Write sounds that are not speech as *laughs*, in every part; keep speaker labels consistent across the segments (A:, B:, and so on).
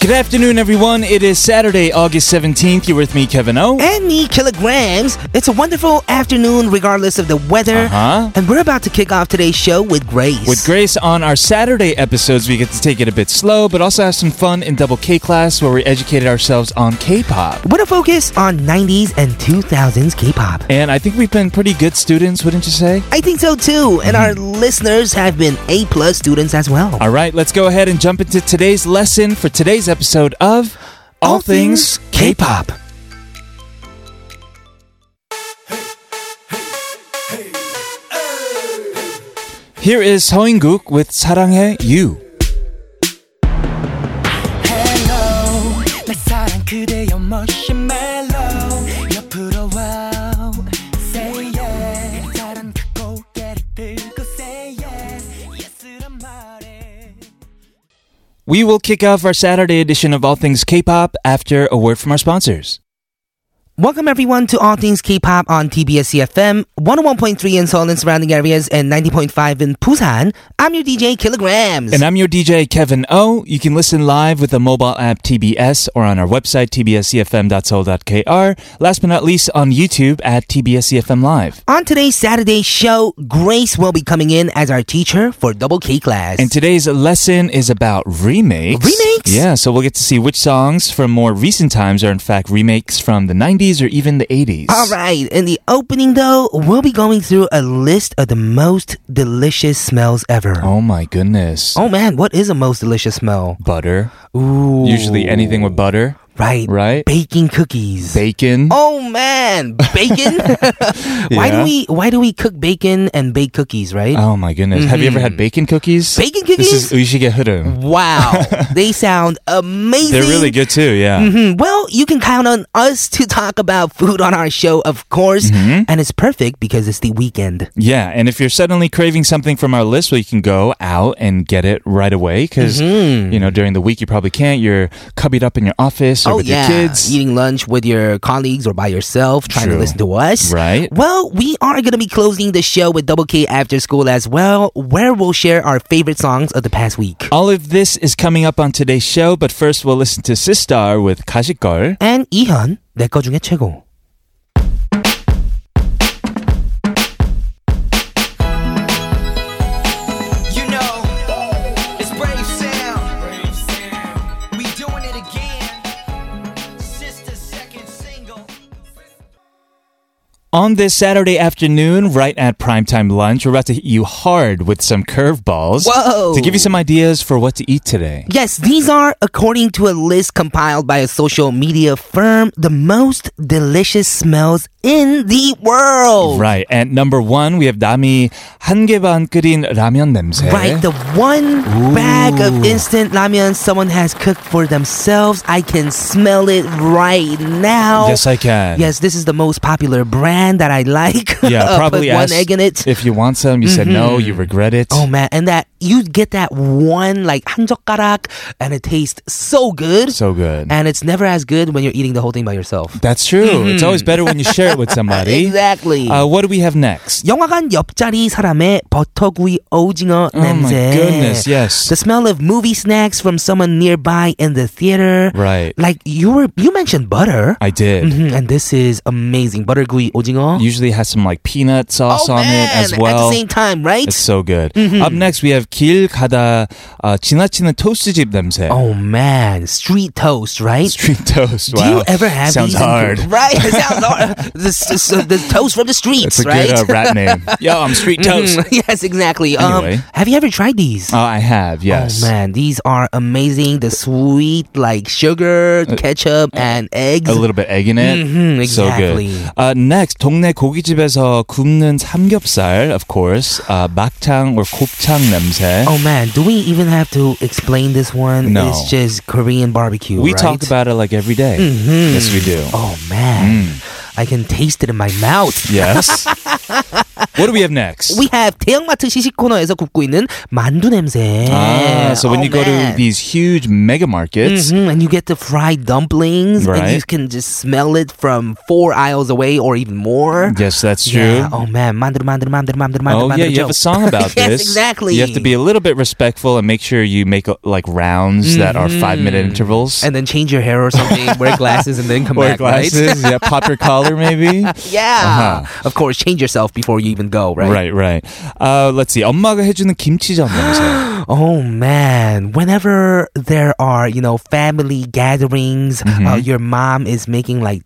A: Good afternoon, everyone. It is Saturday, August 17th. You're with me, Kevin O.
B: and me, Kilograms. It's a wonderful afternoon, regardless of the weather.
A: Uh-huh.
B: And we're about to kick off today's show with Grace.
A: With Grace on our Saturday episodes, we get to take it a bit slow, but also have some fun in Double K class where we educated ourselves on K pop.
B: What a focus on 90s and 2000s K pop.
A: And I think we've been pretty good students, wouldn't you say?
B: I think so too,
A: Mm-hmm.
B: and our listeners have been A plus students as well.
A: All right, let's go ahead and jump into today's lesson for today's episode of All, Things K pop. Here is Hoinguk with 사랑해 You.
C: Hello 내 사랑 그대여 머시멜로 옆으로 와우 Say yeah 사랑 그 고개를 들고 Say yeah Yes란 말해
A: We will kick off our Saturday edition of All Things K-pop after a word from our sponsors.
B: Welcome everyone to All Things K-pop on TBS CFM, 101.3 in Seoul and surrounding areas, and 90.5 in Busan. I'm your DJ Kilograms.
A: And I'm your DJ Kevin O. You can listen live with the mobile app TBS or on our website tbscfm.soul.kr. Last but not least on YouTube at tbscfm live.
B: on today's Saturday show, Grace will be coming in as our teacher for Double K class.
A: And today's lesson is about remakes.
B: Remakes?
A: Yeah, so we'll get to see which songs from more recent times are in fact remakes from the 90s or even the 80s.
B: All right. In the opening, though, we'll be going through a list of the most delicious smells ever. Oh,
A: Oh my goodness.
B: man, what is a most delicious smell?
A: Butter.
B: Ooh.
A: Usually anything with butter.
B: Right.
A: right?
B: Baking cookies.
A: Bacon.
B: oh man, bacon.
A: *laughs*
B: Why
A: Yeah.
B: do we why do we cook bacon and bake cookies? Right.
A: Oh my goodness. Have you ever had bacon cookies?
B: Mm-hmm. Bacon
A: This is,
B: cookies?
A: you should get hurum. *laughs*
B: Wow, they sound amazing.
A: They're really good too, yeah.
B: Mhm. Well, you can count on us to talk about food on our show, of course. And it's perfect because it's the weekend.
A: Mm-hmm. Yeah, and if you're suddenly craving something from our list, well, you can go out and get it right away because,
B: Mm-hmm.
A: you know, during the week you probably can't. You're cubbied up in your office or
B: oh
A: with
B: yeah,
A: your kids.
B: eating lunch with your colleagues or by yourself, trying
A: True.
B: to listen to us.
A: Right.
B: Well, we are going to be closing the show with Double K After School as well, where we'll share our favorite songs of the past week.
A: All of this is coming up on today's show, but first we'll listen to Sistar with Kajikol.
B: And 이현, 내거 중에 최고.
C: You know It's Brave Sound We doing it again Sister second single
A: On this Saturday afternoon, right at primetime lunch, we're about to hit you hard with some curveballs.
B: Whoa.
A: To give you some ideas for what to eat today.
B: Yes, these are, according to a list compiled by a social media firm, the most delicious smells in the world.
A: Right. At number one, we have Dami 한개반 끓인 라면 냄새.
B: Right, the one bag of instant ramen someone has cooked for themselves. I can smell it right now.
A: Yes, I can.
B: Yes, this is the most popular brand that I like.
A: *laughs*
B: Uh,
A: Yeah,
B: Put
A: probably
B: one
A: asked
B: egg in it.
A: If you want some, you said no, you regret it.
B: Oh man, and that you get that one like hanjokgarak, and it tastes so good.
A: so good.
B: and it's never as good when you're eating the whole thing by yourself.
A: That's true. It's always better when you share it
B: *laughs*
A: with somebody.
B: Mm-hmm. Exactly.
A: Uh, what do we have next?
B: 영화관 옆자리 사람의 버터구이 오징어
A: Oh my
B: 냄새.
A: goodness, yes.
B: The smell of movie snacks from someone nearby in the theater.
A: Right.
B: Like you were you mentioned butter.
A: I did.
B: Mhm, and this is amazing. Buttergui 오징어.
A: Usually has some like peanut sauce
B: Mm-hmm. oh,
A: on
B: man.
A: it as well.
B: At the same time, Mm-hmm. right?
A: it's so good. Up next, we have 길 가다 uh, 지나치는 토스트집 냄새.
B: oh man, street toast,
A: *laughs*
B: right?
A: Street toast. Wow.
B: Oh, Do you ever have
A: Sounds
B: these in-
A: hard.
B: *laughs* right?
A: *laughs*
B: It sounds hard. the, the, the toast from the streets,
A: It's a
B: right?
A: good
B: *laughs*
A: uh, rat name. Yo, I'm street *laughs* toast.
B: Mhm, yes, exactly.
A: Anyway.
B: Um, have you ever tried these?
A: Oh, I have. Yes.
B: Oh man, these are amazing. The sweet, like sugar, ketchup, and eggs.
A: Uh, A little bit egg in it.
B: Mhm, exactly.
A: So good. Uh, next, 동네 고깃집에서 굽는 삼겹살, of course. Uh, 막창 or 곱창 냄새.
B: Oh man, do we even have to explain this one?
A: No.
B: It's just Korean barbecue.
A: we
B: right? Mm-hmm.
A: talked about Mm. it like every day. Yes, we do.
B: *laughs* Oh man, I can taste it in my mouth.
A: Yes. What do we have next?
B: We have 대형마트 시식 코너에서 굽고 있는 만두 냄새.
A: Ah, so when
B: Oh,
A: you go
B: man.
A: to these huge mega markets,
B: Mhm, and you get the fried dumplings, and you
A: Right.
B: can just smell it from four aisles away or even more.
A: yes, that's true.
B: Mm-hmm. Yeah. Oh man, 만들어 만들어 만들어 만들어 만들어
A: oh yeah, you have a song about
B: *laughs* Yes,
A: this.
B: exactly.
A: You have to be a little bit respectful and make sure you make uh, like rounds that are five minute intervals.
B: Mm-hmm. And then change your hair or
A: *laughs*
B: something, wear glasses, and then come
A: Wear
B: back. Right?
A: glasses. yeah, pop your collar
B: *laughs*
A: maybe.
B: Yeah. Of course, change yourself before you even go.
A: Right,
B: Right.
A: right. Uh, let's see. 엄마가 해주는
B: *gasps*
A: 김치전 냄새.
B: Oh man, whenever there are, you know, family gatherings, uh, your mom is making like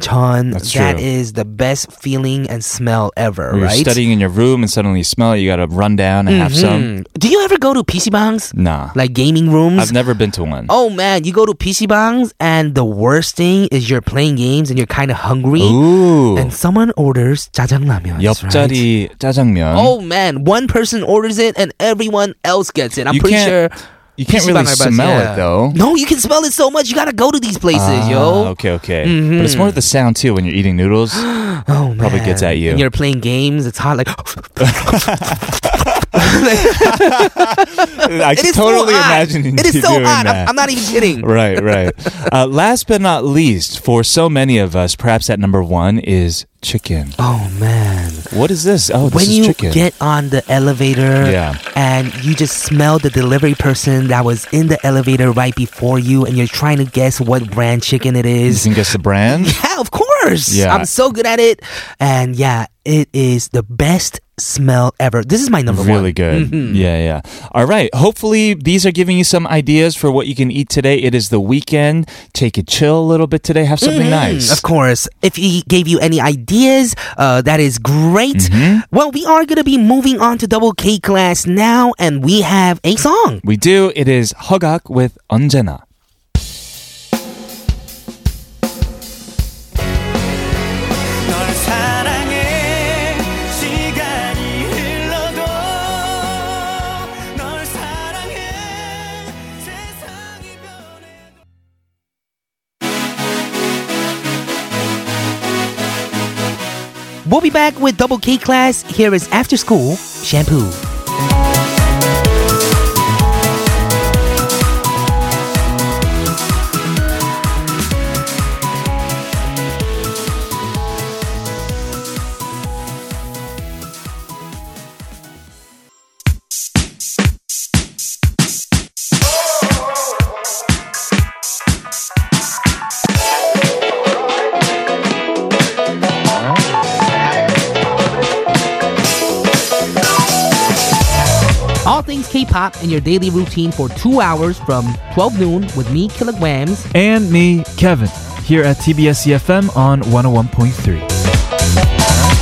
A: Mm-hmm.
B: chun.
A: That's
B: That
A: true.
B: is the best feeling and smell ever,
A: You're
B: right?
A: studying in your room and suddenly you smell it. You got to run down and have some.
B: Mm. Do you ever go to PC bangs?
A: Nah,
B: Like gaming rooms?
A: I've never been to one.
B: Mm-hmm. Oh man, you go to PC bangs and the worst thing is you're playing games and you're kind of hungry
A: Ooh,
B: and someone orders jajangmyeon. Right?
A: 옆자리 짜장면.
B: Oh man, one person orders it and everyone else gets it. I'm
A: You
B: pretty sure
A: can't- you can't really
B: PC방 알바지,
A: smell
B: yeah.
A: it though.
B: No, you can smell it so much. You gotta go to these places,
A: Ah,
B: yo. Mm-hmm.
A: Okay, okay. But it's more the sound too when you're eating
B: *gasps*
A: noodles.
B: Oh, man.
A: Probably gets at you.
B: And you're playing games. It's hot. Like *gasps*
A: I
B: it
A: can
B: is
A: totally
B: so hot.
A: imagining
B: It is
A: you
B: so
A: doing
B: hot. I'm,
A: that.
B: I'm not even kidding.
A: right,
B: *laughs*
A: right. Uh, last but not least, for so many of us, perhaps at number one is chicken.
B: Oh man!
A: What is this? Oh, this
B: When
A: is
B: you
A: chicken.
B: get on the elevator,
A: Yeah.
B: and you just smell the delivery person that was in the elevator right before you, and you're trying to guess what brand chicken it
A: you
B: is.
A: can guess the brand.
B: *laughs* Yeah, of course.
A: Mm-hmm. Yeah.
B: I'm so good at it. And yeah, it is the best smell ever. This is my number one. Mm-hmm.
A: Really good. Yeah, yeah. All right. Hopefully, these are giving you some ideas for what you can eat today. It is the weekend. Take it chill a little bit today. Have something nice.
B: Mm-hmm. Of course. If he gave you any ideas, uh, that is great.
A: Mm-hmm.
B: Well, we are going to be moving on to double K class now, and we have a song.
A: We do. It is Hogak with 언제나.
C: 널 사랑해 시간이 흘러도 널 사랑해 세상이 변해
B: We'll be back with double K class. Here is After School Shampoo. All things K pop in your daily routine for two hours from 12 noon with me, Kilograms.
A: and me, Kevin, here at TBS EFM E on 101.3.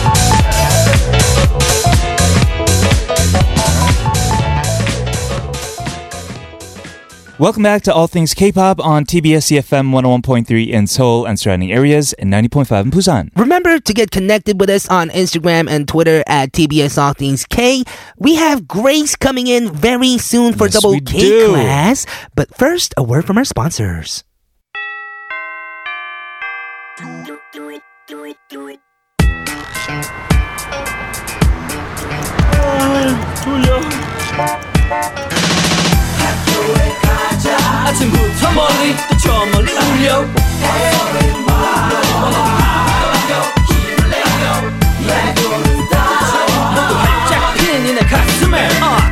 A: Welcome back to All Things K-pop on TBS EFM 101.3 in Seoul and surrounding areas and 90.5 in Busan.
B: Remember to get connected with us on Instagram and Twitter at TBS All Things K. We have Grace coming in very soon for
A: Yes,
B: Double
A: we
B: K
A: do.
B: class. But first, a word from our sponsors.
D: 아침부터 멀리 또 저 멀리 울려 너도 활짝 핀 이내 가슴에 아.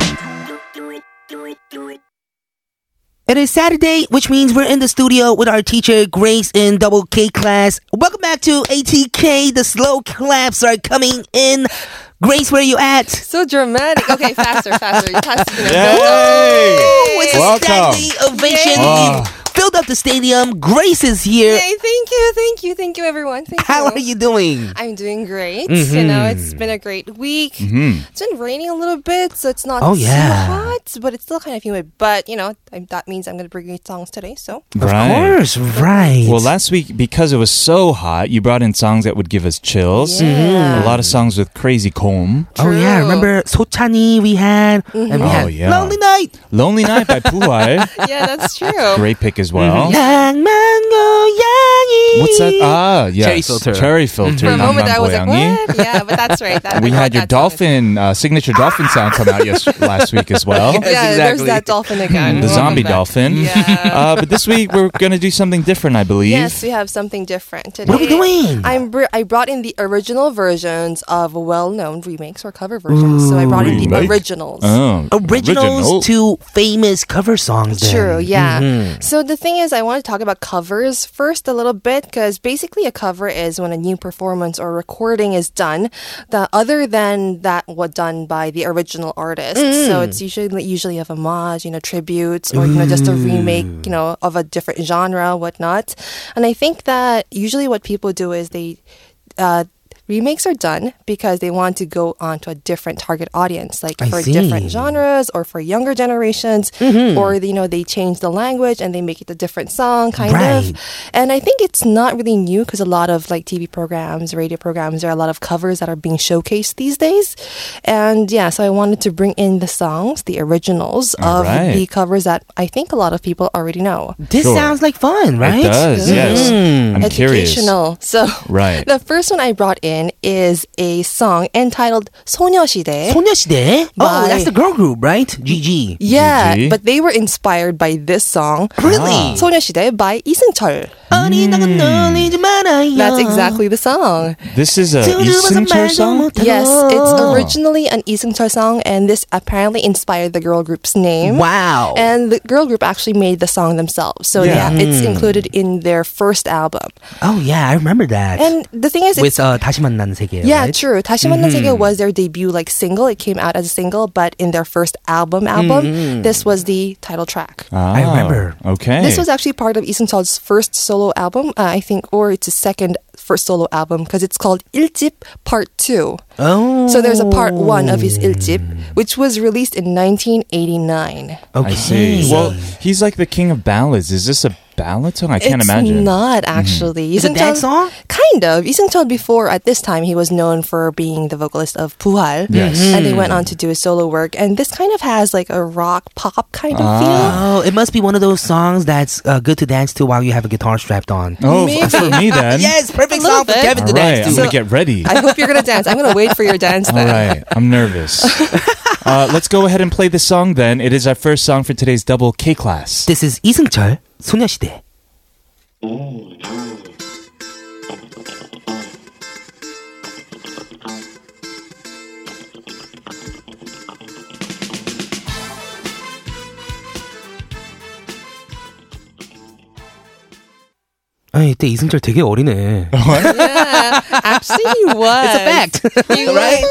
B: It is Saturday, which means we're in the studio with our teacher, Grace, in double K class. Welcome back to ATK. The slow claps are coming in. Grace, where you at?
E: So dramatic. Okay, faster, faster. faster you know,
A: Yay!
B: Ooh, it's
A: Welcome.
B: a standing ovation.
A: Yay.
B: We've filled up the stadium. Grace is here.
E: Yay, thank you, thank you, thank you, everyone. Thank
B: How are you doing?
E: I'm doing great.
A: Mm-hmm.
E: You know, it's been a great week. It's been raining a little bit, so it's not
B: Oh,
E: too
B: yeah.
E: hot, but it's still kind of humid. But, you know, I, that means I'm going to bring you songs today, so.
A: Right.
B: Of course, right.
A: Well, last week, because it was so hot, you brought in songs that would give us chills.
E: Yeah.
A: A lot of songs with crazy comb.
B: Oh yeah,
E: True.
B: remember Sochani we had, and we
A: Oh,
B: had
A: yeah.
B: Lonely Night.
A: Lonely Night by Puhai. *laughs*
E: Yeah, that's true.
B: Mm-hmm.
A: Great pick as well.
B: 양만고 양
A: Oh. What's that? Ah, yes.
F: Cherry filter.
A: Cherry filter.
E: For a moment, I was like,
A: 남만보양이.
E: what? Yeah, but that's right. That,
A: We
E: I
A: had
E: got
A: your
E: that song.
A: dolphin, uh, signature dolphin sound come out yes,
E: *laughs*
A: last week as well.
E: Yeah,
F: exactly.
E: there's that dolphin again.
A: The
E: Welcome
A: zombie
E: back.
A: dolphin. *laughs*
E: Yeah.
A: Uh, but this week we're going to do something different, I believe.
E: Yes, we have something different today.
B: are we doing?
E: I'm br- I brought in the original versions of well-known remakes or cover versions. so I brought in the
A: Remake?
E: originals.
B: Ah.
A: Oh, original.
B: Originals to famous cover songs. Then. Mm.
E: True, yeah. So the thing is, I want to talk about covers first a little bit because basically a cover is when a new performance or recording is done, the other than that what done by the original artist. So it's usually usually of homage, you know, tributes, or you know, just a remake, you know, of a different genre, whatnot. And I think that usually what people do is they. Uh, Remakes are done because they want to go on to a different target audience, like
B: I
E: for
B: see. Mm-hmm.
E: different genres or for younger generations or you know they change the language and they make it a different song kind
B: Right.
E: of and i think it's not really new because a lot of like tv programs radio programs there are a lot of covers that are being showcased these days and yeah so i wanted to bring in the songs the originals
A: All
E: of
A: right.
E: the covers that i think a lot of people already know
B: This
A: Sure.
B: sounds like fun, right? Mm. Mm-hmm.
A: It does, yes. I'm curious.
E: educational so
A: Right.
E: *laughs* the first one i brought in is a song entitled 소녀시대
B: 소녀시대? Oh,
E: By-
B: that's the girl group, right?
A: Mm.
B: GG.
E: yeah
A: GG.
E: but they were inspired by this song
A: Ah.
B: Really?
E: 소녀시대 by 이승철
B: 어린다고 놀리지 말아요.
E: That's exactly the song.
A: This is a
B: 두려워서
A: Eason
B: 말도
A: song?
B: 못하고.
E: Yes, it's originally an Iseungcheol song, and this apparently inspired the girl group's name.
B: Wow.
E: And the girl group actually made the song themselves. So
A: Yeah.
E: yeah, it's
A: Hmm.
E: included in their first album.
B: oh, yeah, I remember that.
E: And the thing is,
B: With
E: it's,
B: uh, 다시 만난 세계. right?
E: yeah, true. 다시 만난 세계 was their debut like single. It came out as a single, but in their first album album, this was the title track.
A: Ah,
B: I remember.
A: Okay.
E: This was actually part of Iseungcheol's first solo album, uh, I think, or it's his second first solo album because it's called Iljip Part Two.
B: Oh.
E: So there's a part one of his Iljip, which was released in 1989.
A: I see.
B: Okay.
A: Well, he's like the king of ballads. Is this a ballad song? I can't
E: it's
A: imagine. Mm-hmm.
E: not actually.
B: Is it
E: Iseungcheol-
B: that song?
E: Kind of. Iseungcheol before at this time he was known for being the vocalist of Puhal,
A: Yes. Mhm.
B: Mm-hmm.
E: and they went on to do his solo work. And this kind of has like a rock pop kind
A: Ah.
E: of feel.
B: Oh, it must be one of those songs that's uh, good to dance to while you have a guitar strapped on.
A: Oh, f- for me then.
B: *laughs* Yes, perfect
E: A little
B: song for
E: bit.
B: Kevin
A: All
B: to
A: right,
B: dance
A: I'm
B: to.
A: going to get ready.
E: I hope you're gonna dance. I'm gonna wait for your dance
A: All
E: then.
A: right, I'm nervous. uh, let's go ahead and play this song then. It is our first song for today's double K class.
B: This is 이승철, 소녀시대. 아, 이때 이승철 되게 어리네.
E: Yeah, actually he was. It's a
B: *laughs*
E: fact, right?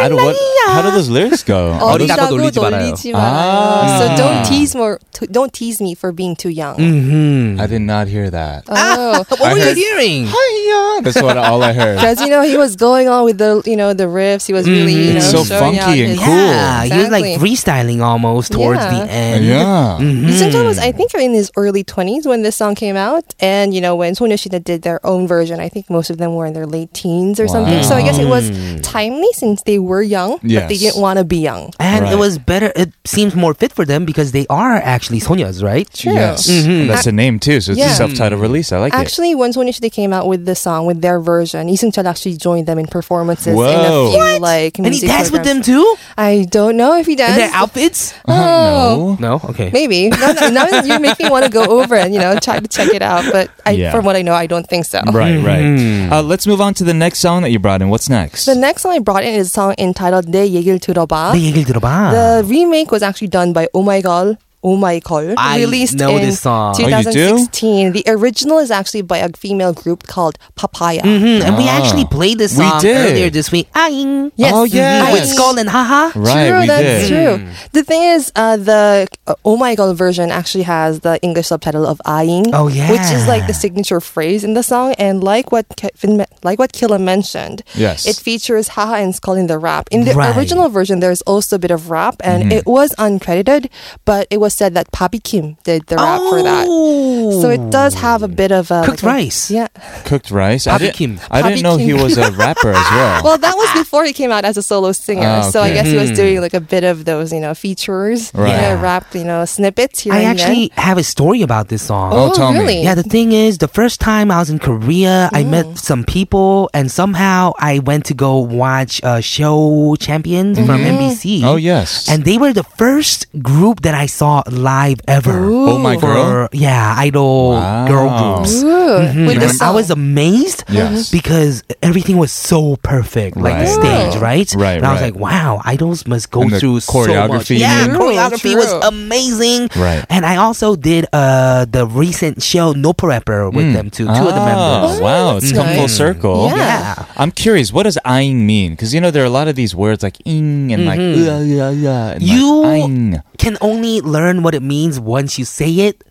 A: Out of what? How do those lyrics go? Oh, How does-
F: 어리다고 놀리지 말아요.
E: So
A: Ah.
E: don't tease more. t- don't tease me for being too young.
A: Mm. I did not hear that.
E: Oh,
A: I
B: What are you
A: heard,
B: hearing?
A: "Hiya." That's what all I
E: *laughs*
A: heard.
E: because you know he was going on with the you know the riffs. He was really you know
A: Mm-hmm. It's so
E: showing out
A: funky and
E: his-
A: cool.
B: Yeah, you're like
E: Exactly.
B: freestyling almost towards
E: Yeah.
B: the end.
A: Yeah.
E: Iseungcheol was, I think, in his early 20s when this song came out. And, you know, when Soneoshida did their own version, I think most of them were in their late teens or something. So I guess it was timely since they were young, but they
A: Yes.
E: didn't want to be young.
B: And it
A: Right.
B: was better. It seems more fit for them because they are actually Sonias, right?
E: True.
A: Yes. And That's a name too, so it's a
E: Mm-hmm. Yeah.
A: self-titled release. I like it.
E: Actually, when Soneoshida came out with this song, with their version, Iseungcheol actually joined them in performances in a
A: Whoa.
E: few, like,
B: And he
E: music
B: danced with them
E: programs.
B: too?
E: I don't know if he
B: And
E: danced.
B: their outfits?
E: Oh.
A: No.
B: No? Okay.
E: Maybe. Now, that- now that you make me want to go over and, you know, try to check it out. But I,
A: Yeah.
E: from what I know, I don't think so.
A: Right, right. Uh, let's move on to the next song that you brought in. What's next?
E: The next song I brought in is a song entitled 내 얘기를 들어봐.
B: 내 얘기를 들어봐.
E: The remake was actually done by Oh My God. Oh my god!
B: I
E: released
B: know
E: in
B: this song.
A: Oh, you do?
E: 2016. the original is actually by a female group called Papaya.
B: Mm, and we actually played
A: Ah.
B: this
A: We
B: song
A: did.
B: earlier this week. Aing.
E: Yes.
A: Oh, yes.
B: With Skull and Haha.
A: right,
E: true,
A: we
E: that's
A: did.
E: true. The thing is, uh, the uh, Oh My God version actually has the English subtitle of "Aing,"
B: Oh, yeah.
E: which is like the signature phrase in the song. And like what Kevin, like what Killa mentioned,
A: Yes.
E: it features Haha and Skull in the rap. In the
B: Right. Mm-hmm.
E: original version, there's also a bit of rap, and it was uncredited, but it was was said that Papi Kim did the rap for that.
B: Oh.
E: So it does have a bit of a
B: Cooked
E: like a-
B: rice.
E: Yeah.
A: Cooked rice. I
B: Papi
A: didn't,
B: Kim.
A: I didn't
E: Papi
A: know he
E: Kim.
A: was a rapper as well.
E: Well, that was before he came out as a solo singer.
A: Ah,
E: So I
A: okay.
E: guess he was
B: Hmm.
E: doing like a bit of those, you know, features,
A: Right.
E: you
B: Yeah.
E: know, rap, you know, snippets here
B: I
E: and there.
B: actually have a story about this song.
A: Oh, tell me.
E: really?
B: Yeah, the thing is, the first time I was in Korea,
E: Mm.
B: I met some people, and somehow I went to go watch uh, Show Champions from
E: Mm-hmm.
B: NBC.
A: oh yes.
B: And they were the first group that I saw live ever.
A: oh my girl.
B: For, yeah, idol
A: Wow.
B: girl groups.
E: Ooh, with the
B: And Mm-hmm. I
E: song.
B: was amazed
A: Yes.
B: because everything was so perfect, like the
A: Right.
B: stage, right?
A: Right,
B: And I was
A: right.
B: like, wow, idols must go
A: And the
B: through So much.
A: choreography. Mm-hmm.
B: Yeah,
E: True,
B: choreography was
E: true.
B: amazing.
A: Right.
B: And I also did uh the recent show No Rapper with them too, two of the
A: Mm. Ah, Oh,
B: members.
A: Wow,
E: that's
A: it's come full
E: nice.
A: circle.
E: Yeah.
A: I'm curious, what does "aing" mean? Because you know there are a lot of these words like "ing" and like "uh, yeah, yeah," and
B: Mm-hmm. You-
A: like "aing,"
B: Can only learn what it means once you say it.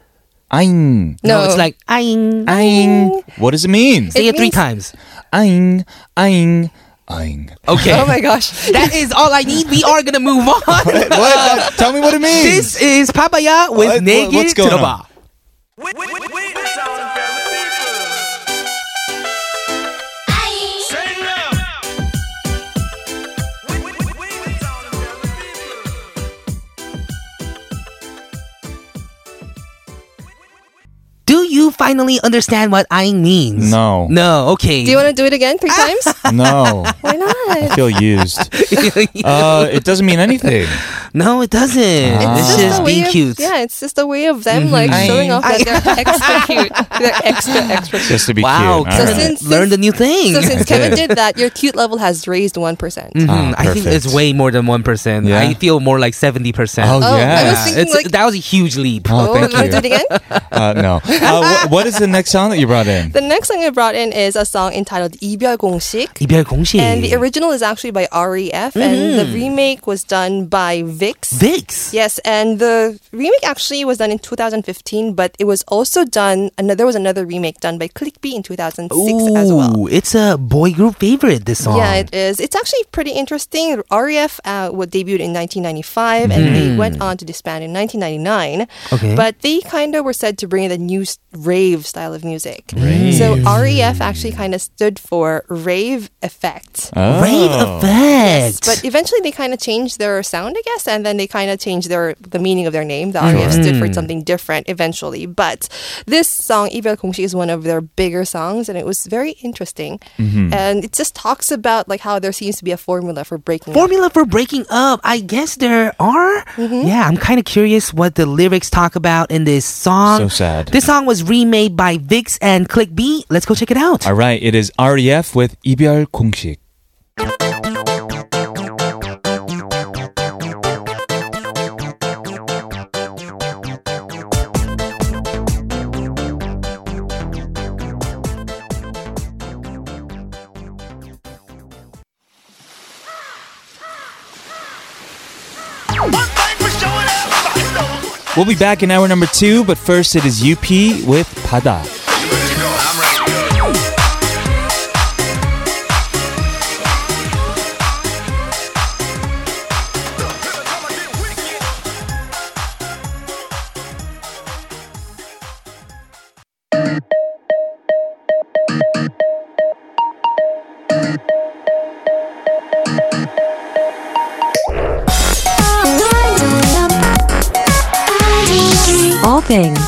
A: "aing,"
E: No.
B: it's like aing.
A: "aing." What does it mean?
B: Say it,
E: It
B: three
E: means-
B: times.
A: "Aing," "aing," "aing."
B: Okay.
E: *laughs* Oh my gosh.
B: that is all I need. We are gonna move on.
A: *laughs* What? Tell me what it means.
B: this is Papaya
A: What-
B: with Naked
A: what's
B: to
A: going
B: the
A: on?
B: Bar.
C: Sing now. We- we- we- we sound of the people.
B: Do you finally understand what aing means?
A: No.
B: No. Okay.
E: Do you want to do it
B: Ah.
E: again three times?
A: *laughs* No,
E: Why
A: *laughs*
E: not?
A: I feel used.
B: *laughs*
A: Uh, it doesn't mean anything.
B: no, it doesn't.
E: It's
B: It's
E: just
B: just
E: a
B: being
E: way of,
B: cute. Mm-hmm.
E: Yeah, it's just a way of them like
A: Mhm.
E: showing off
B: I-
E: that
B: *laughs*
E: they're extra cute. They're extra extra cute.
A: Just to be
B: Wow,
A: cute. All
E: So
B: Kevin
E: since-
B: learned a new thing.
E: So
A: I
B: *laughs*
E: since Kevin
A: did.
E: did that, your cute level has raised one percent.
B: Mhm,
A: Ah,
B: I think it's
A: perfect.
B: way more than one percent.
A: Yeah.
B: I feel more like seventy percent.
A: Oh,
E: Oh, I was
A: Yeah.
E: thinking like
B: that was a huge leap.
A: Oh,
E: you
A: thank
E: want to do it
A: you.
E: again?
A: Uh, no. Uh, wh- what is the next song that you brought in?
E: The next thing I brought in is a song entitled 이별 공식.
B: 이별 공식.
E: And the original is actually by REF, and the
B: Mm-hmm.
E: remake was done by Vix.
B: Vix.
E: Yes, and the remake actually was done in 2015, but it was also done. Another, there was another remake done by Clickbee in 2006 as well.
B: Ooh, it's a boy group favorite. This song.
E: Yeah, it is. It's actually pretty interesting. REF uh, was debuted in 1995, and they went on to disband in 1999.
B: Hmm. Okay.
E: But they kind of were said to bring the new s- rave style of music. So REF actually kind of stood for rave effect.
A: Oh.
B: Rave effect.
E: But eventually they kind of changed their sound, I guess, and then they kind of changed their the meaning of their name. The REF stood
B: Mm.
E: for something different eventually. But this song, Ivel Kongshi, is one of their bigger songs, and it was very interesting.
B: Mm-hmm.
E: And it just talks about like how there seems to be a formula for breaking. up.
B: Formula for breaking up. I guess there are.
E: Mm-hmm.
B: Yeah, I'm kind of curious what the lyrics talk about in this song.
A: So sad.
B: This song was remade by Vix and Click B. Let's go check it out.
A: All right, it is REF with 이별 공식.
C: But thanks for showing up. I know.
A: We'll be back in hour number two, but first it is UP with Pada.
C: I'm ready to go.
F: All things.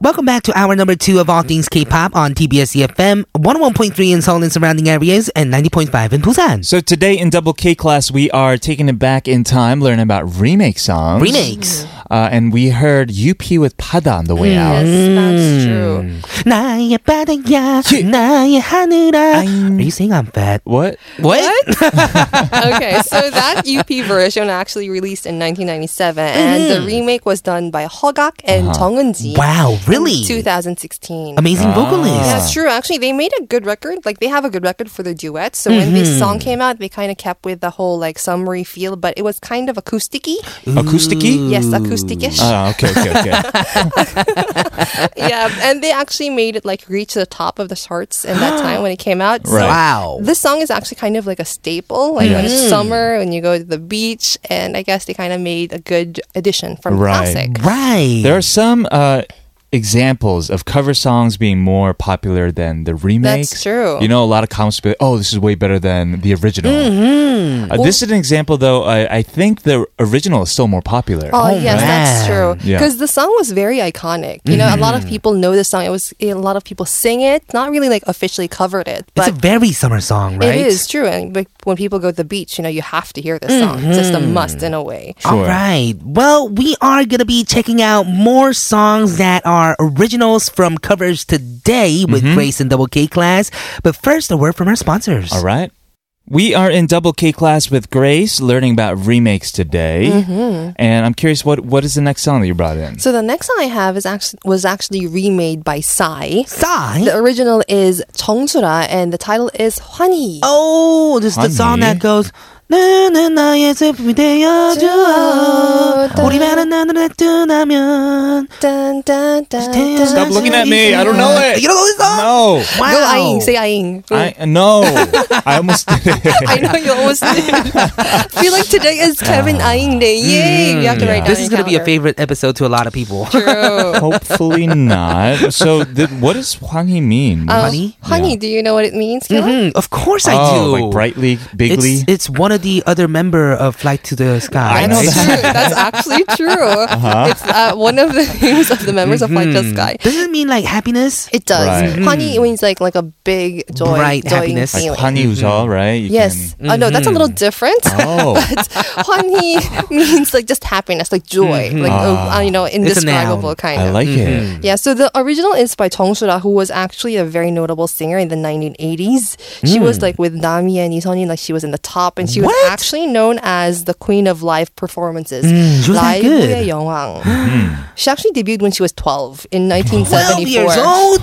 B: Welcome back to hour number two of All Things K-Pop on TBS EFM, 101.3 in Seoul and surrounding areas, and 90.5 in Busan.
A: So today in Double K class, we are taking it back in time, learning about remake songs.
B: Remakes.
E: Mm.
A: Uh, and we heard UP with Pada on the way out.
B: Mm.
E: Yes, that's true.
B: 나의 바다야
A: 예.
B: 나의 하늘아
A: I'm-
B: Are you saying I'm fat?
A: What?
B: What?
E: okay, so that UP version actually released in 1997, and the remake was done by Hogak and Jung Eun-ji.
B: Mm. Uh-huh. Wow, really?
E: 2016.
B: Amazing
A: Ah.
B: vocalist.
E: That's true. Actually, they made a good record. Like they have a good record for their duets. So when this song
A: Mm-hmm.
E: came out, they kind of kept with the whole like summery feel, but it was kind of acousticy.
A: Acousticy?
E: Yes, acousticish.
A: Ah, okay, okay, *laughs* okay.
E: *laughs* yeah, and they actually made it like reach the top of the charts in that time when it came out. So
A: Right. Mm.
B: Wow.
E: This song is actually kind of like a staple, like when it's summer, when you go to the beach, and I guess they kind of made a good addition from
A: Right.
E: classic.
B: Right.
A: There are some uh, examples of cover songs being more popular than the remakes.
E: true.
A: You know, a lot of comments be like, oh, this is way better than the original.
E: Mm-hmm.
A: Uh, this is an example, though. I, I think the original is still more popular.
E: Oh, yes, that's
B: man. Mm-hmm.
E: true.
A: Yeah.
E: Because the song was very iconic. You know, a lot of people know the song. It was a lot of people sing it. Not really like officially covered it,
B: it's
E: but
B: a very summer song, right?
E: it is true. And like, when people go to the beach, you know, you have to hear this song. It's just a
B: Mm-hmm.
E: must in a way.
B: All
A: Sure.
B: right. Well, we are going to be checking out more songs that are originals from covers today with
A: Mm-hmm.
B: Grace and Double K Class. But first, a word from our sponsors.
A: All right. We are in double K class with Grace, learning about remakes today. And I'm curious, what, what is the next song that you brought in?
E: So the next song I have is actually was actually remade by Psy.
B: Sigh.
E: The original is 정수라, and the title is 환희.
B: Oh, this is the
A: Honey.
B: song that goes. 나는 나의 제품이되어 줘. 우리만은 나를 뜨나면.
E: Dun, dun, dun, dun.
A: Stop looking at me. I don't know it.
B: You don't know this song?
A: No.
B: Wow.
E: Go Aing, say Aing.
A: I, no. I almost did it.
E: I know you almost did. I *laughs* feel like today is Kevin Aing Day. Yay! We have to write down
B: Ah. Hmm. This is going to be a
E: favorite.
B: favorite episode to a lot of people.
A: Hopefully not. So, th- what does Hwang Hee mean?
B: Honey?
E: Honey, do you know what it means?
B: Mm,
E: Kayla?
B: of course I
A: oh,
B: do.
A: like brightly, bigly.
B: It's, it's one of the other member of Flight to the Sky.
A: I know
B: right?
E: That's true. That's actually true.
B: Uh-huh.
E: It's uh, one of the names of the members of Flight Just Sky.
B: Does it mean like happiness?
E: It does.
A: Right.
E: Honey means like like a big joy,
B: Mm-hmm. Bright
E: joying
B: happiness.
A: like
E: feeling.
A: Hwang Hee was
B: Mm-hmm.
A: all right. You
E: Yes.
A: can-
E: Oh no, that's a little different. *laughs*
A: Oh.
E: but honey *laughs* means like just happiness, like joy,
B: Mm-hmm.
E: like uh,
B: Ah.
E: you know, indescribable kind
A: I
E: of.
A: like it.
E: Yeah, so the original is by Chong Sura, who was actually a very notable singer in the 1980s. She was
B: Hmm.
E: like with Nami and Isonin, like she was in the top, and she was actually known as the queen of live performances.
B: Hmm, she was that good. Hmm. *gasps*
E: 라이브의 여왕. She actually debuted when she was 12 in
B: 12
E: 1974.
B: years old?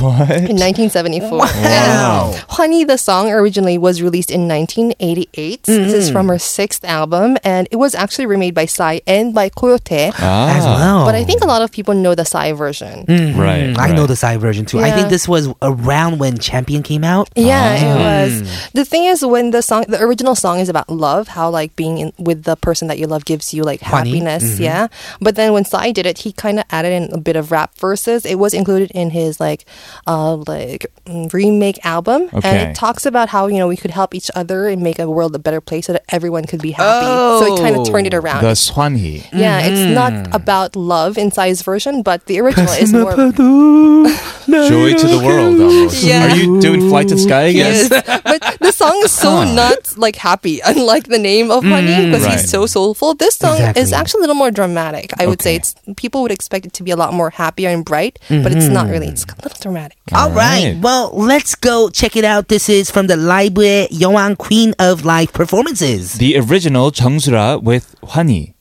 E: In 1974.
A: Wow.
E: *laughs* Honey, the song originally was released in 1988. This is
B: Hmm.
E: from her sixth album, and it was actually remade by Psy and by Coyote.
A: Ah,
B: As well.
E: But I think a lot of people know the Psy version.
A: right,
B: Mm, I
A: right.
B: know the side version too. I
E: Yeah.
B: think this was around when Champion came out.
E: Yeah,
A: Ah.
E: it was. The thing is, when the song, the original song is about love, how like being in, with the person that you love gives you like
B: Funny.
E: happiness.
A: Mm-hmm.
E: Yeah. But then when Psy did it, he kind of added in a bit of rap verses. It was included in his like, uh, like mm, remake album, and
A: Okay.
E: it talks about how you know we could help each other and make a world a better place so that everyone could be happy. So it kind of turned it
A: Oh.
E: around.
A: The Mm-hmm. Swan Hee.
E: yeah, it's not about love in Psy's version, but the original is more.
A: Joy to the world, almost.
E: Yeah.
A: Are you doing Flight to Sky again?
E: Yes. *laughs* but the song is so not like happy, *laughs* unlike the name of Honey, because
A: Mm, Right.
E: he's so soulful. This song is
B: Exactly.
E: actually a little more dramatic. I would say
A: Okay.
E: it's people would expect it to be a lot more happier and bright, but it's not really. It's a
A: Mm-hmm.
E: little dramatic.
B: All right.
A: right.
B: Well, let's go check it out. This is from the Libre Yoan Queen of Live Performances.
A: The original Jeongsura with Hwan Hee.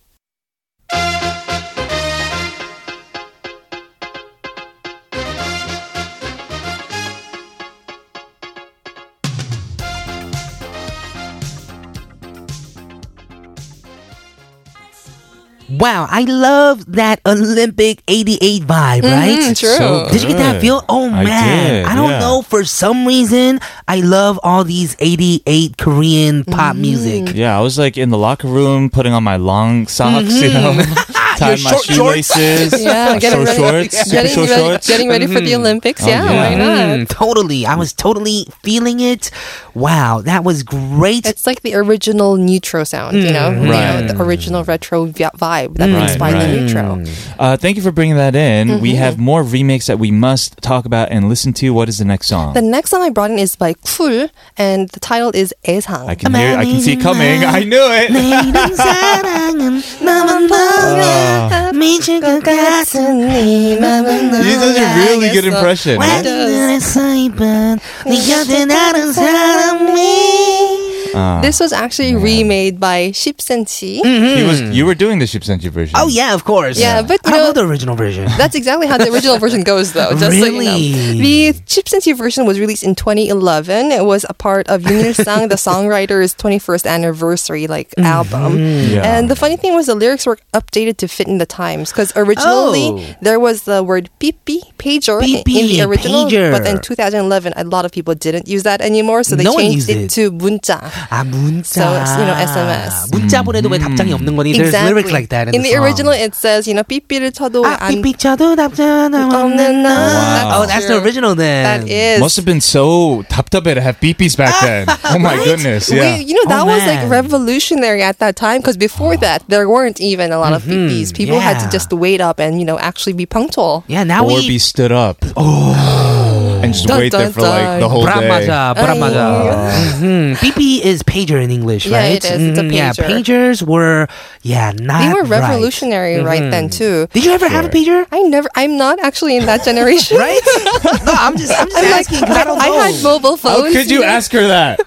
B: Wow, I love that Olympic 88 vibe,
E: Mm-hmm.
B: right?
E: true.
A: So
B: Mm, Did you get that
A: good.
B: feel? Oh
A: I
B: man, I,
A: did,
B: don't
A: yeah.
B: know. For some reason, I love all these 88 Korean pop
E: Mm-hmm.
B: music.
A: Yeah, I was like in the locker room putting on my long socks, you know, *laughs* tying my
B: Mm-hmm. short shorts. *laughs*
A: shoelaces,
E: Yeah,
A: short shorts, super
E: *laughs* getting
A: short
E: ready,
A: shorts.
E: getting ready for the Olympics. yeah,
A: Oh, yeah.
E: why not?
B: Mm, totally. I was totally feeling it. Wow, that was great.
E: It's like the original neutro sound, you know, You know,
A: Right.
E: the original retro vi- vibe that
A: Right,
E: was by
A: right.
E: the neutro.
A: Uh, thank you for bringing that in.
B: Mm-hmm.
A: We have more remakes that we must talk about and listen to. What is the next song?
E: The next song I brought in is by Kul, and the title is Aesang.
A: *laughs* I can hear. I can see it coming. I knew it.
B: 내일은 사랑은 너만 보면
A: Ah,
B: 미칠 것 같은 네 맘은
A: you did a really good impression.
B: 완전했어 이번 네 곁에 다른 사람이
A: Ah.
E: This was actually remade by Ship Sensi.
B: Mm.
A: He was. You were doing the ship Senju version.
B: *laughs* Oh yeah, of course.
E: Yeah, but you
B: I
E: know,
B: love the original version.
E: that's exactly how the original version goes, though. Just so you know.
B: Really?
E: The Chip Sensi version was released in 2011. It was a part of Yunil Sang,
B: *laughs*
E: the songwriter's 21st anniversary like
B: Mm-hmm.
E: album.
A: Yeah.
E: And the funny thing was the lyrics were updated to fit in the times because originally
B: Oh.
E: there was the word pipi pager in- in
B: Pipi,
E: the original,
B: pager.
E: but in 2011 a lot of people didn't use that anymore, so they
B: No one
E: changed
B: used
E: it,
B: it.
E: to 문자.
B: 아 문자.
E: So it's, you know, SMS.
B: 문자 보내도 왜 답장이 없는 거니? There's lyrics like that in,
E: the,
B: song. Ah,
E: original, it says, you know, 삐삐를 쳐도
B: 아,
E: 안
B: 삐삐쳐도 답장 없는
E: 없는
B: 나.
E: 나.
A: Wow.
B: Oh, that's the
E: true.
B: original then.
E: That is.
A: Must have been so topped up to have beepies
B: *laughs*
A: back then. Oh my goodness. Yeah.
E: We, you know, that
B: Oh,
E: was like
B: man.
E: revolutionary at that time because before that, there weren't even a lot of PPs. People had
B: Mm-hmm. yeah.
E: to just wait up and, you know, actually be punctual.
B: Yeah, now
A: or
B: we
A: be stood
E: *gasps*
A: up. Oh. And just
E: Oh. Dun,
A: wait there
E: dun,
A: for like the
E: dun.
A: whole
B: 보람
A: day.
B: 맞아, 보람
E: Ay.
B: 맞아. Mhm. PP is pager in English,
E: Yeah,
B: right?
E: it is. It's a
B: Mhm. Yeah,
E: pager.
B: pagers were yeah not.
E: They were
B: right. Mm-hmm.
E: revolutionary right, then, too.
B: Did you ever have a pager?
E: I never, I'm not actually in
B: *laughs*
E: that generation. *laughs*
B: Right? no, I'm just I'm just asking. 'cause I don't know Oh,
E: I had mobile
A: How
E: phones.
A: could you
E: know?
A: ask her that?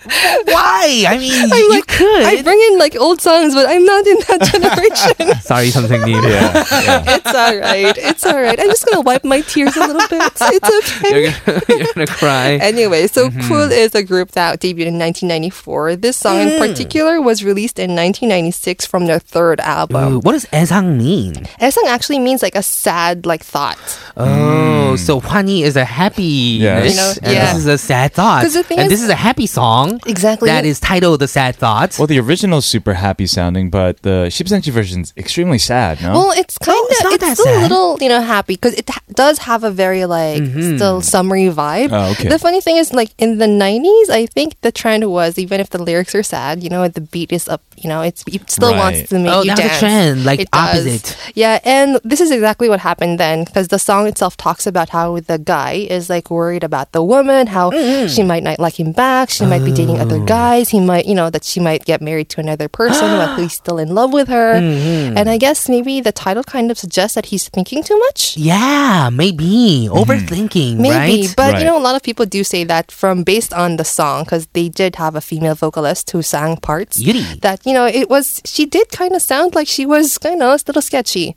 B: why.
E: *laughs*
B: I mean,
E: I'm
B: you
E: like,
B: could.
E: I bring in like old songs, but I'm not in
B: *laughs*
E: that generation.
B: Sorry, 선생님.
A: Yeah.
E: *laughs* it's all right. It's all right. I'm just gonna wipe my tears a little bit.
B: *laughs*
E: It's okay.
D: You're gonna, you're gonna cry.
E: Anyway, so
B: Mm-hmm.
E: Cool is a group that debuted in 1994. This song
B: Mm.
E: in particular was released in 1996 from their third
B: Ooh,
E: album.
B: what does 애상 mean?
E: Esang actually means like a sad like thought.
B: Oh, so 환희 is a happy,
A: Hmm. Yes. You
E: know,
B: and
E: yeah.
B: this is a sad thought,
E: 'Cause the thing
B: and
E: is-
B: this is a happy song.
E: Exactly.
B: That is titled "The Sad Thought."
A: *laughs* Well, the original's super happy sounding, but the Shibsenchi version's extremely sad, no?
E: Well, it's kind of
B: Oh. it's
E: it's,
B: not that
E: still
B: sad.
E: a little you know happy because it ha- does have a very like
B: Mm-hmm.
E: still summery vibe.
A: Oh, okay.
E: The funny thing is like in the 90s, I think the trend was even if the lyrics are sad, you know the beat is up, you know it's it still
A: Right.
E: wants to make
B: Oh,
E: you
B: that was a
E: dance.
B: trend, like
E: It does.
B: opposite.
E: Yeah, and this is exactly what happened then because the song itself talks about how the guy is like worried about the woman, how
A: Mm-hmm.
E: she might not like him back, she might be dating other
A: Oh.
E: guys, he might, you know, that she might get married to another person
A: *gasps*
E: while he's still in love with her.
A: Mm-hmm.
E: And I guess maybe the title kind of suggests that he's thinking too much.
B: Yeah, maybe
A: Hmm.
B: overthinking,
E: Maybe,
B: right?
E: but
A: Right.
E: you know, a lot of people do say that from based on the song because they did have a female vocalist who sang parts.
B: Yuri.
E: That you know, it was she did kind of sound like she was kind of a little
A: *laughs*
E: sketchy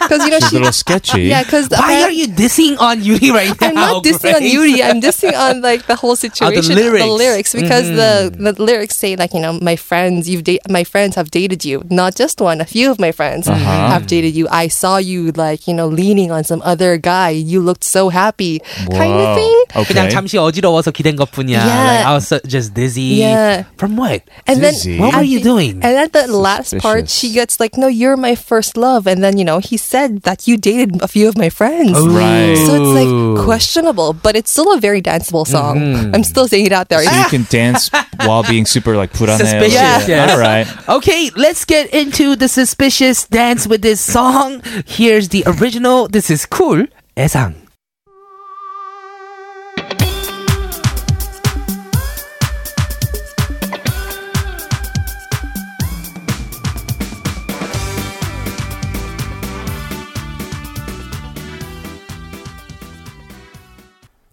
E: because you know
A: it's a
E: she
A: little sketchy.
E: yeah, because
B: Why are you dissing on Yuri right now?
E: I'm not dissing on
B: Grace?
E: Yuri. I'm dissing on like the whole situation,
B: lyrics.
E: because the the lyrics say like you know my friends, you've da- my friends have dated you, not just one, a few of my friends have dated you. I saw you like you know leaning on some other guy. You looked so happy, kind of thing.
A: Whoa.
B: 그냥
A: Okay.
B: 잠시 어지러워서 기댄 것뿐이야.
E: Yeah.
B: Like, I was so- just dizzy.
E: Yeah.
B: From what?
E: And then
A: Dizzy.
B: What
E: at
B: were you
E: the-
B: doing?
E: And at the last part,
A: Suspicious.
E: she gets like, "No, you're my first love." And then you know he said that you dated a few of my friends.
A: Oh, Right.
E: So it's like questionable, but it's still a very danceable song. I'm still saying it out there.
A: So
E: *laughs*
A: you can dance while being super like put on there.
B: Suspicious, yes.
A: All right.
B: Okay, let's get into the suspicious dance with this song. Here's the original. This is cool. 애상.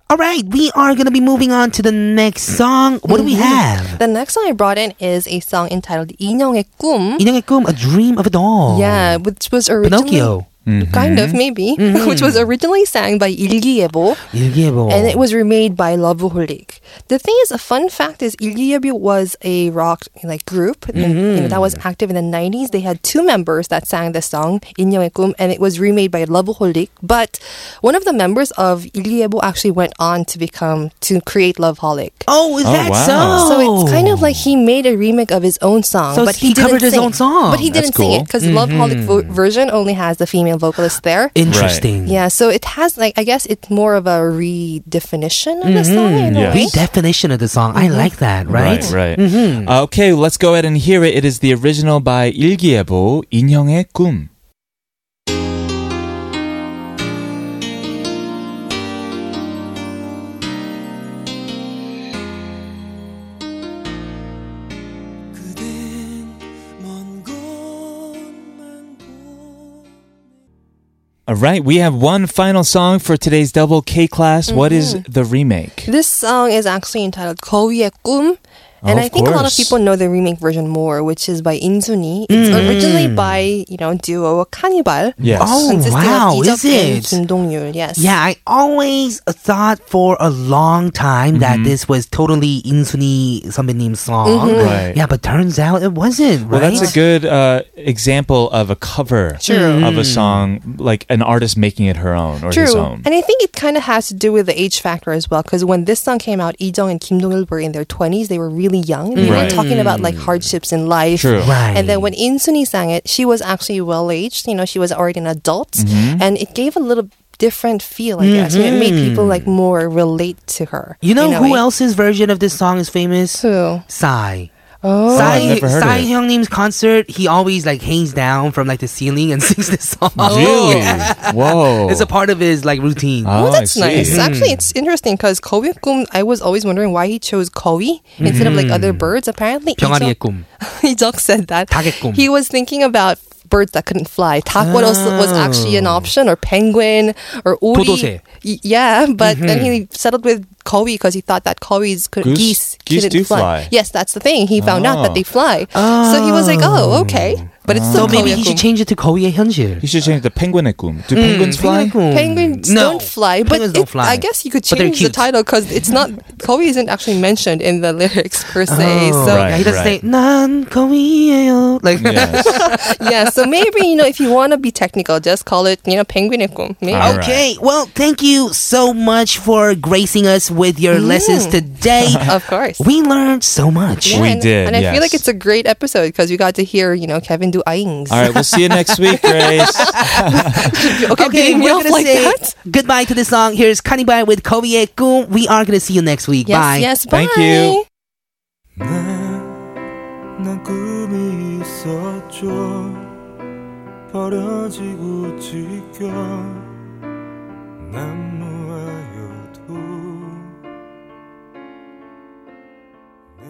B: All right, we are going to be moving on to the next song. What do we have?
E: The next song I brought in is a song entitled 인형의 꿈.
B: 인형의 꿈, A Dream of a Doll.
E: Yeah, which was originally
B: Pinocchio.
E: kind of maybe, *laughs* which was originally sang by Ilgiebo
B: 일기예보.
E: and it was remade by Loveaholic. The thing is, a fun fact is Ilgiebo was a rock like group and, you know, that was
B: Mm-hmm.
E: active in the 90s. They had two members that sang the song 인형의 꿈 and it was remade by Loveaholic. But one of the members of Ilgiebo actually went on to become to create Loveholic.
B: Oh, is
A: Oh,
B: that
A: wow.
B: so?
E: So it's kind of like he made a remake of his own song,
B: Oh. So
E: but
B: he
E: he, didn't
B: covered his
E: sing.
B: own song. Mm-hmm.
E: But he
A: That's
E: didn't sing it
A: cool.
E: because Loveholic vo- version only has the female vocalist there.
B: interesting.
E: yeah, so it has like I guess it's more of a redefinition of the song.
B: Mm-hmm.
E: In a
A: Yeah.
E: way.
B: Redefinition of the song. I
E: Mm-hmm.
B: like that. Right. Mm-hmm.
A: Right. Uh, okay, let's go ahead and hear it. It is the original by 일기예보 인형의 꿈.
D: 그댄 먼 곳만 보고
A: All right, we have one final song for today's double K class. What is the remake?
E: This song is actually entitled 거위의 꿈. And
A: Of
E: I think a lot of
A: course.
E: people know the remake version more, which is by Insuni. It's
B: Mm.
E: originally by, you know, duo Cannibal.
A: Yes.
B: Oh,
E: Consisting
B: wow,
E: of
B: is
E: Lee and
B: it?
E: Kim Dong-yul, yes.
B: Yeah, I always thought for a long time that
A: Mm-hmm.
B: this was totally Insuni 선배님's song.
E: Mm-hmm.
A: Right.
B: Yeah, but turns out it wasn't,
A: Well,
B: right?
A: that's a good uh, example of a cover of a song, like an artist making it her own or his
E: True.
A: own.
E: And I think it kind of has to do with the age factor as well. Because when this song came out, Lee Jong and Kim Dong Il were in their 20s. They were really young. They
A: Right.
E: were talking about like hardships in life.
A: True.
B: Right.
E: And then when In Suni sang it, she was actually well aged. You know, she was already an adult.
A: Mm-hmm.
E: And it gave a little different feel, I guess. It made people like more relate to her.
B: Mm-hmm. You know
E: in a
B: who
E: way.
B: else's version of this song is famous?
E: Who?
B: Psy.
A: I've
E: Oh.
B: Psy,
A: never heard of
B: Psy
A: it.
B: Hyungnim's concert, he always like hangs down from like the ceiling and *laughs* sings this song.
A: Really? Whoa.
B: Oh. *laughs* It's a Oh, part of his like routine.
E: Oh,
A: Oh, I
E: that's nice.
B: Hmm.
A: see.
E: Actually, it's interesting because Kobe Kum, I was always wondering why he chose Kobe instead of like
B: Hmm.
E: other birds. Apparently,
B: 병아리의
E: Lee Jung-
B: 꿈.
E: *laughs* Lee Jung said that.
B: 닭의 꿈.
E: He was thinking about birds that couldn't fly. Takwado was actually an option, or penguin, or uri.
B: Ah. 도도새. Mm-hmm.
E: Y- Yeah, but then he settled with Kobe because he thought that Kobe's could,
A: Goose-
E: geese,
A: geese
E: couldn't
A: do fly.
E: Yes, that's the thing. He found out
A: Oh.
E: that they fly. So he was like, oh, okay. But it's
B: Ah. So
E: still
B: maybe he
E: Kobe
B: should
E: Kum.
B: change it to 거위의 현실.
A: You should change the penguin ekum.
B: Mm.
A: Do penguins fly?
E: Penguins
B: No.
E: don't fly, but
B: Penguins don't
E: it-
B: fly.
E: I guess you could
B: But they're
E: change the
B: cute.
E: title because it's
B: *laughs*
E: not Kobe isn't actually mentioned in the lyrics per se.
B: Oh,
E: so
A: Right,
B: yeah, he doesn't
A: right.
B: say "난 거위예요." Like,
A: *laughs*
B: *laughs*
A: Yes.
E: yeah, so maybe you know if you want to be technical, just call it you know penguinicum. Maybe.
A: All right.
B: Okay, well, thank you so much for gracing us with your
E: Mm.
B: lessons
E: *laughs*
B: today. Uh,
E: Of course.
B: we learned so much.
E: Yeah,
A: Uh, We
E: and,
A: did,
E: and I feel like
A: yes.
E: it's a great episode because we got to hear you know Kevin do aings.
A: All right, we'll see you next week, Grace.
E: *laughs* Okay,
B: Okay,
E: beating me
B: we're
E: off
B: gonna
E: like
B: say
E: that.
B: goodbye to this song. Here's Kanibal with Kobe Kum. We are gonna see you next week.
E: Yes,
B: Bye.
E: yes, bye.
A: Thank you.
G: 난 꿈이 있었죠 버려지고 지겨 난 무아여도 내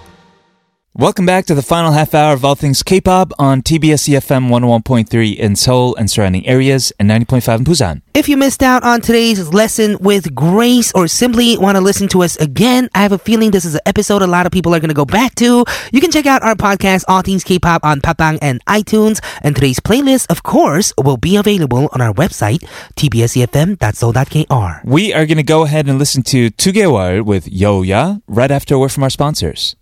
A: Welcome back to the final half hour of All Things K-pop on TBS EFM 101.3 in Seoul and surrounding areas and 90.5 in Busan.
B: If you missed out on today's lesson with Grace or simply want to listen to us again, I have a feeling this is an episode a lot of people are going to go back to. You can check out our podcast, All Things K-Pop, on Papang and iTunes. And today's playlist, of course, will be available on our website, E tbsefm.so.kr.
A: We are going to go ahead and listen to Tugewal with Yoya right after a word from our sponsors.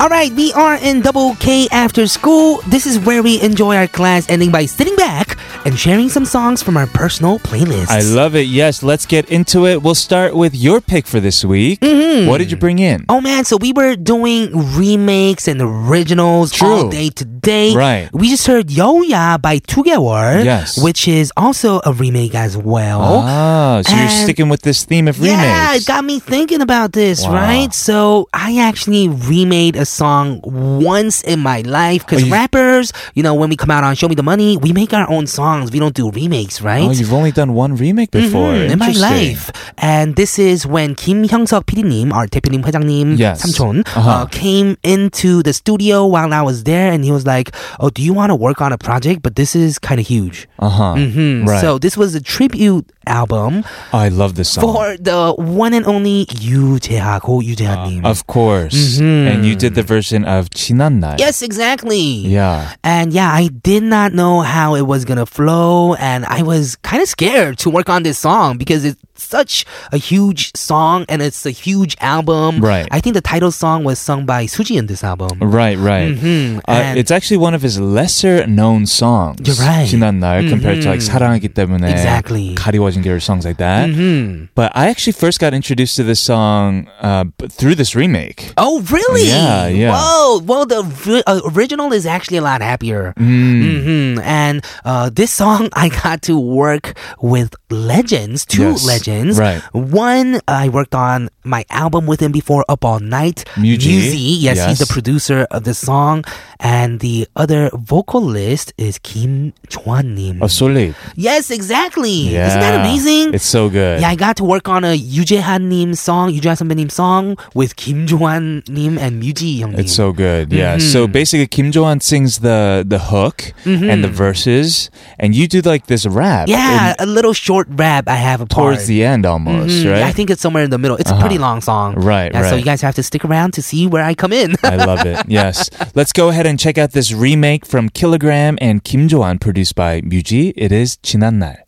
B: All right, we are in Double K After School. This is where we enjoy our class, ending by sitting back and sharing some songs from our personal playlists.
A: I love it. Yes, let's get into it. We'll start with your pick for this week. What did you bring in?
B: Mm-hmm. Oh man, so we were doing remakes and originals
A: True.
B: all day today.
A: Right.
B: We just heard Yo-Ya by Tugewar,
A: Yes.
B: which is also a remake as well.
A: Ah, so you're
B: and-
A: sticking with this theme of remakes.
B: Yeah, it got me thinking about this,
A: Wow.
B: right? So I actually remade a song once in my life because
A: Oh, you-
B: rappers, you know, when we come out on Show Me the Money, we make our own songs. We don't do remakes, right?
A: Oh, you've only done one remake before.
B: Mhm, in my
A: Interesting.
B: life. And this is when Kim Hyung-suk PD님, our 대표님, 회장님,
A: Yes.
B: 삼촌,
A: Uh-huh.
B: uh, came into the studio while I was there, and he was like, "Oh, do you want to work on a project? But this is kind of huge."
A: Uh-huh.
B: Mhm.
A: Right. Oh,
B: So this was a tribute album
A: I love this song.
B: for the one and only Yu Jae-ha고 Yu Jae-ha님.
A: Uh, Of course. And you did the version of Chinan Nai.
B: Mm-hmm. yes, exactly.
A: Yeah.
B: And yeah, I did not know how it was gonna flow, and I was kind of scared to work on this song because it such a huge song and it's a huge album.
A: Right.
B: I think the title song was sung by Suji in this album.
A: Right, right.
B: Mhm,
A: Uh,
B: and-
A: it's actually one of his lesser known songs.
B: You're right.
A: 지난 날 compared to like
B: Mhm.
A: 사랑하기 때문에
B: Exactly.
A: 가리워진 게 or songs like that.
B: Mhm.
A: But I actually first got introduced to this song uh, b- through this remake.
B: Oh, really?
A: Yeah, yeah.
B: Whoa, well, the ri- uh, original is actually a lot happier.
A: Mm.
B: hmm And uh, this song, *laughs* I got to work with legends, two
A: Yes,
B: legends.
A: right.
B: One, I worked on my album with him before, Up All Night.
A: Muji,
B: Muji, yes, he's the
A: yes.
B: producer of the song. And the other vocalist is Kim Chuan Nim.
A: Oh, Solid.
B: yes, exactly.
A: Yeah.
B: Isn't that amazing?
A: It's so good.
B: Yeah, I got to work on a Yujehan Nim song, Yujehan 선배님 song with Kim Johan Nim and Muji Young
A: It's so good, yeah.
B: Mm-hmm.
A: So basically, Kim Johan sings the the hook and the verses, and you do like this rap,
B: yeah,
A: in-
B: a little short rap I have a part.
A: towards the end almost,
B: Mm,
A: right? Uh-huh.
B: I think it's somewhere in the middle. It's a pretty long song.
A: Right,
B: Yeah, So
A: right.
B: you guys have to stick around to see where I come in. *laughs*
A: I love it. Yes. Let's go ahead and check out this remake from Kilogram and Kim Joan, produced by Muji. It is 지난 날.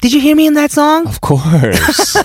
B: Did you hear me in that song?
A: Of course.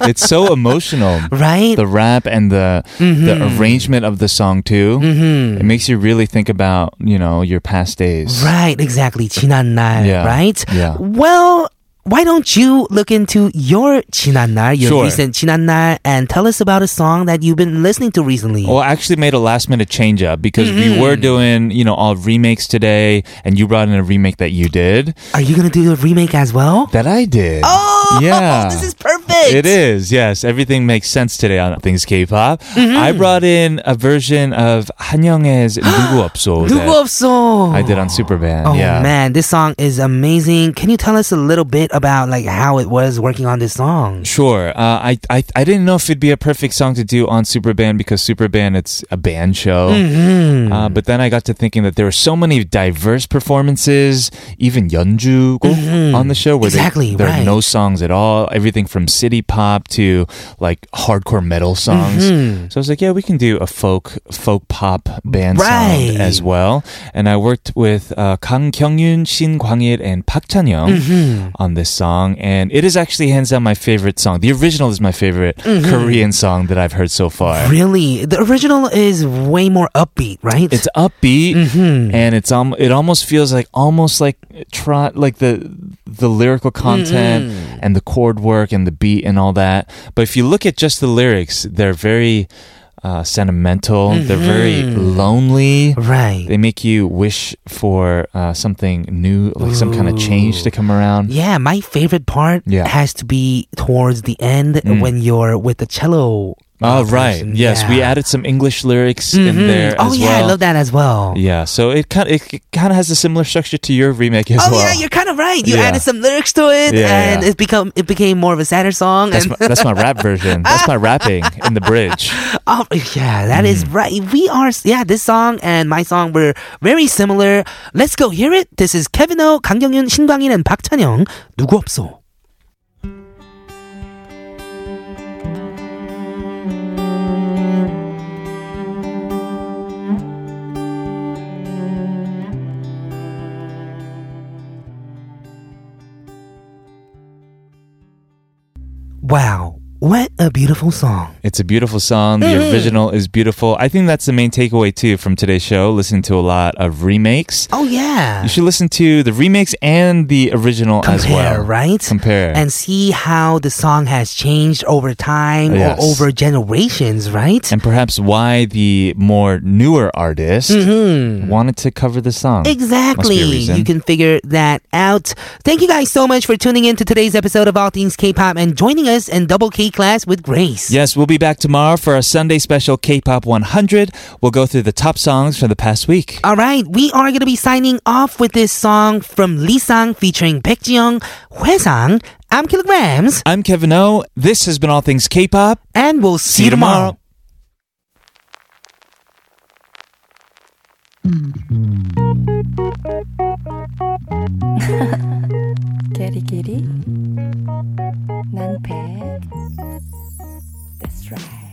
A: *laughs* it's so emotional.
B: Right?
A: The rap and the the arrangement of the song too. Mm-hmm. It makes you really think about, you know, your past days.
B: right, exactly. 지난 날,
A: Yeah,
B: right?
A: yeah.
B: Well, why don't you look into your 지난 날, your
A: Sure.
B: recent 지난 날, and tell us about a song that you've been listening to recently?
A: Well, I actually made a last minute change up because we were doing, you know, all remakes today and you brought in a remake that you did.
B: Are you going to do a remake as well?
A: That I did.
B: Oh,
A: yeah.
B: *laughs* this is perfect.
A: It is, yes. Everything makes sense today on Things K-pop. I brought in a version of *gasps* 한영애's 누구 없소 that
B: 누구 없어?
A: I did on Superband.
B: Oh
A: yeah.
B: man, this song is amazing. Can you tell us a little bit about like how it was working on this song?
A: Sure. Uh, I, I I didn't know if it'd be a perfect song to do on Superband because Superband it's a band show.
B: Mm-hmm.
A: Uh, but then I got to thinking that there were so many diverse performances, even Yeonju on the show where they-
B: Mm-hmm. Exactly,
A: there are
B: right.
A: no songs at all. Everything from city pop to like hardcore metal songs.
B: Mm-hmm.
A: So I was like, yeah, we can do a folk folk pop band
B: Right.
A: sound as well. And I worked with uh, Kang Kyung-yoon, Shin Kwang-il, and Park Chan-young on this song, and it is actually hands down my favorite song. The original is my favorite Korean song that I've heard so far.
B: Really, the original is way more upbeat, right?
A: It's upbeat, and it's um, it almost feels like almost like trot, like the the lyrical content and the chord work and the beat and all that. But if you look at just the lyrics, they're very uh, sentimental. They're very lonely.
B: right.
A: They make you wish for uh, something new, like some kind of change to come around.
B: Yeah, my favorite part
A: Yeah. Mm.
B: has to be towards the end when you're with the cello.
A: Oh,
B: uh,
A: right.
B: person.
A: Yes, we
B: Yeah.
A: added some English lyrics in there as
B: Oh
A: well.
B: yeah, I love that as well.
A: Yeah, so it kind of, it kind of has a similar structure to your remake as
B: Oh
A: well.
B: yeah, you're kind of right. You
A: Yeah.
B: added some lyrics to it,
A: Yeah,
B: and
A: yeah.
B: it become it became more of a sadder song.
A: that's
B: and
A: my, that's my rap version. That's my rapping in the
B: *laughs*
A: bridge.
B: Oh, yeah, that is right. We are, yeah, this song and my song were very similar. Let's go hear it. This is Kevin O, 강경윤, 신광인, and 박찬영. 누구 없소. Wow, what a beautiful song.
A: It's a beautiful song. The
B: Mm-hmm.
A: original is beautiful. I think that's the main takeaway too from today's show. Listen to a lot of remakes.
B: Oh, yeah.
A: You should listen to the remakes and the original as
B: compare,
A: well.
B: right?
A: Compare.
B: and see how the song has changed over time
A: Yes.
B: or over generations, right?
A: and perhaps why the more newer artist
B: Mm-hmm.
A: wanted to cover the song. Must
B: Exactly.
A: be a reason.
B: You can figure that out. Thank you guys so much for tuning in to today's episode of All Things K-pop and joining us in Double K Class with Grace.
A: Yes, we'll be back tomorrow for our Sunday special K-pop 100. We'll go through the top songs from the past week.
B: All right, we are going to be signing off with this song from Lee Sang featuring Baek Jiyoung, Sang. I'm Kilograms,
A: I'm Kevin O. This has been All Things K-pop.
B: and we'll see, you tomorrow.
F: Kitty kitty. 난 100. That's right.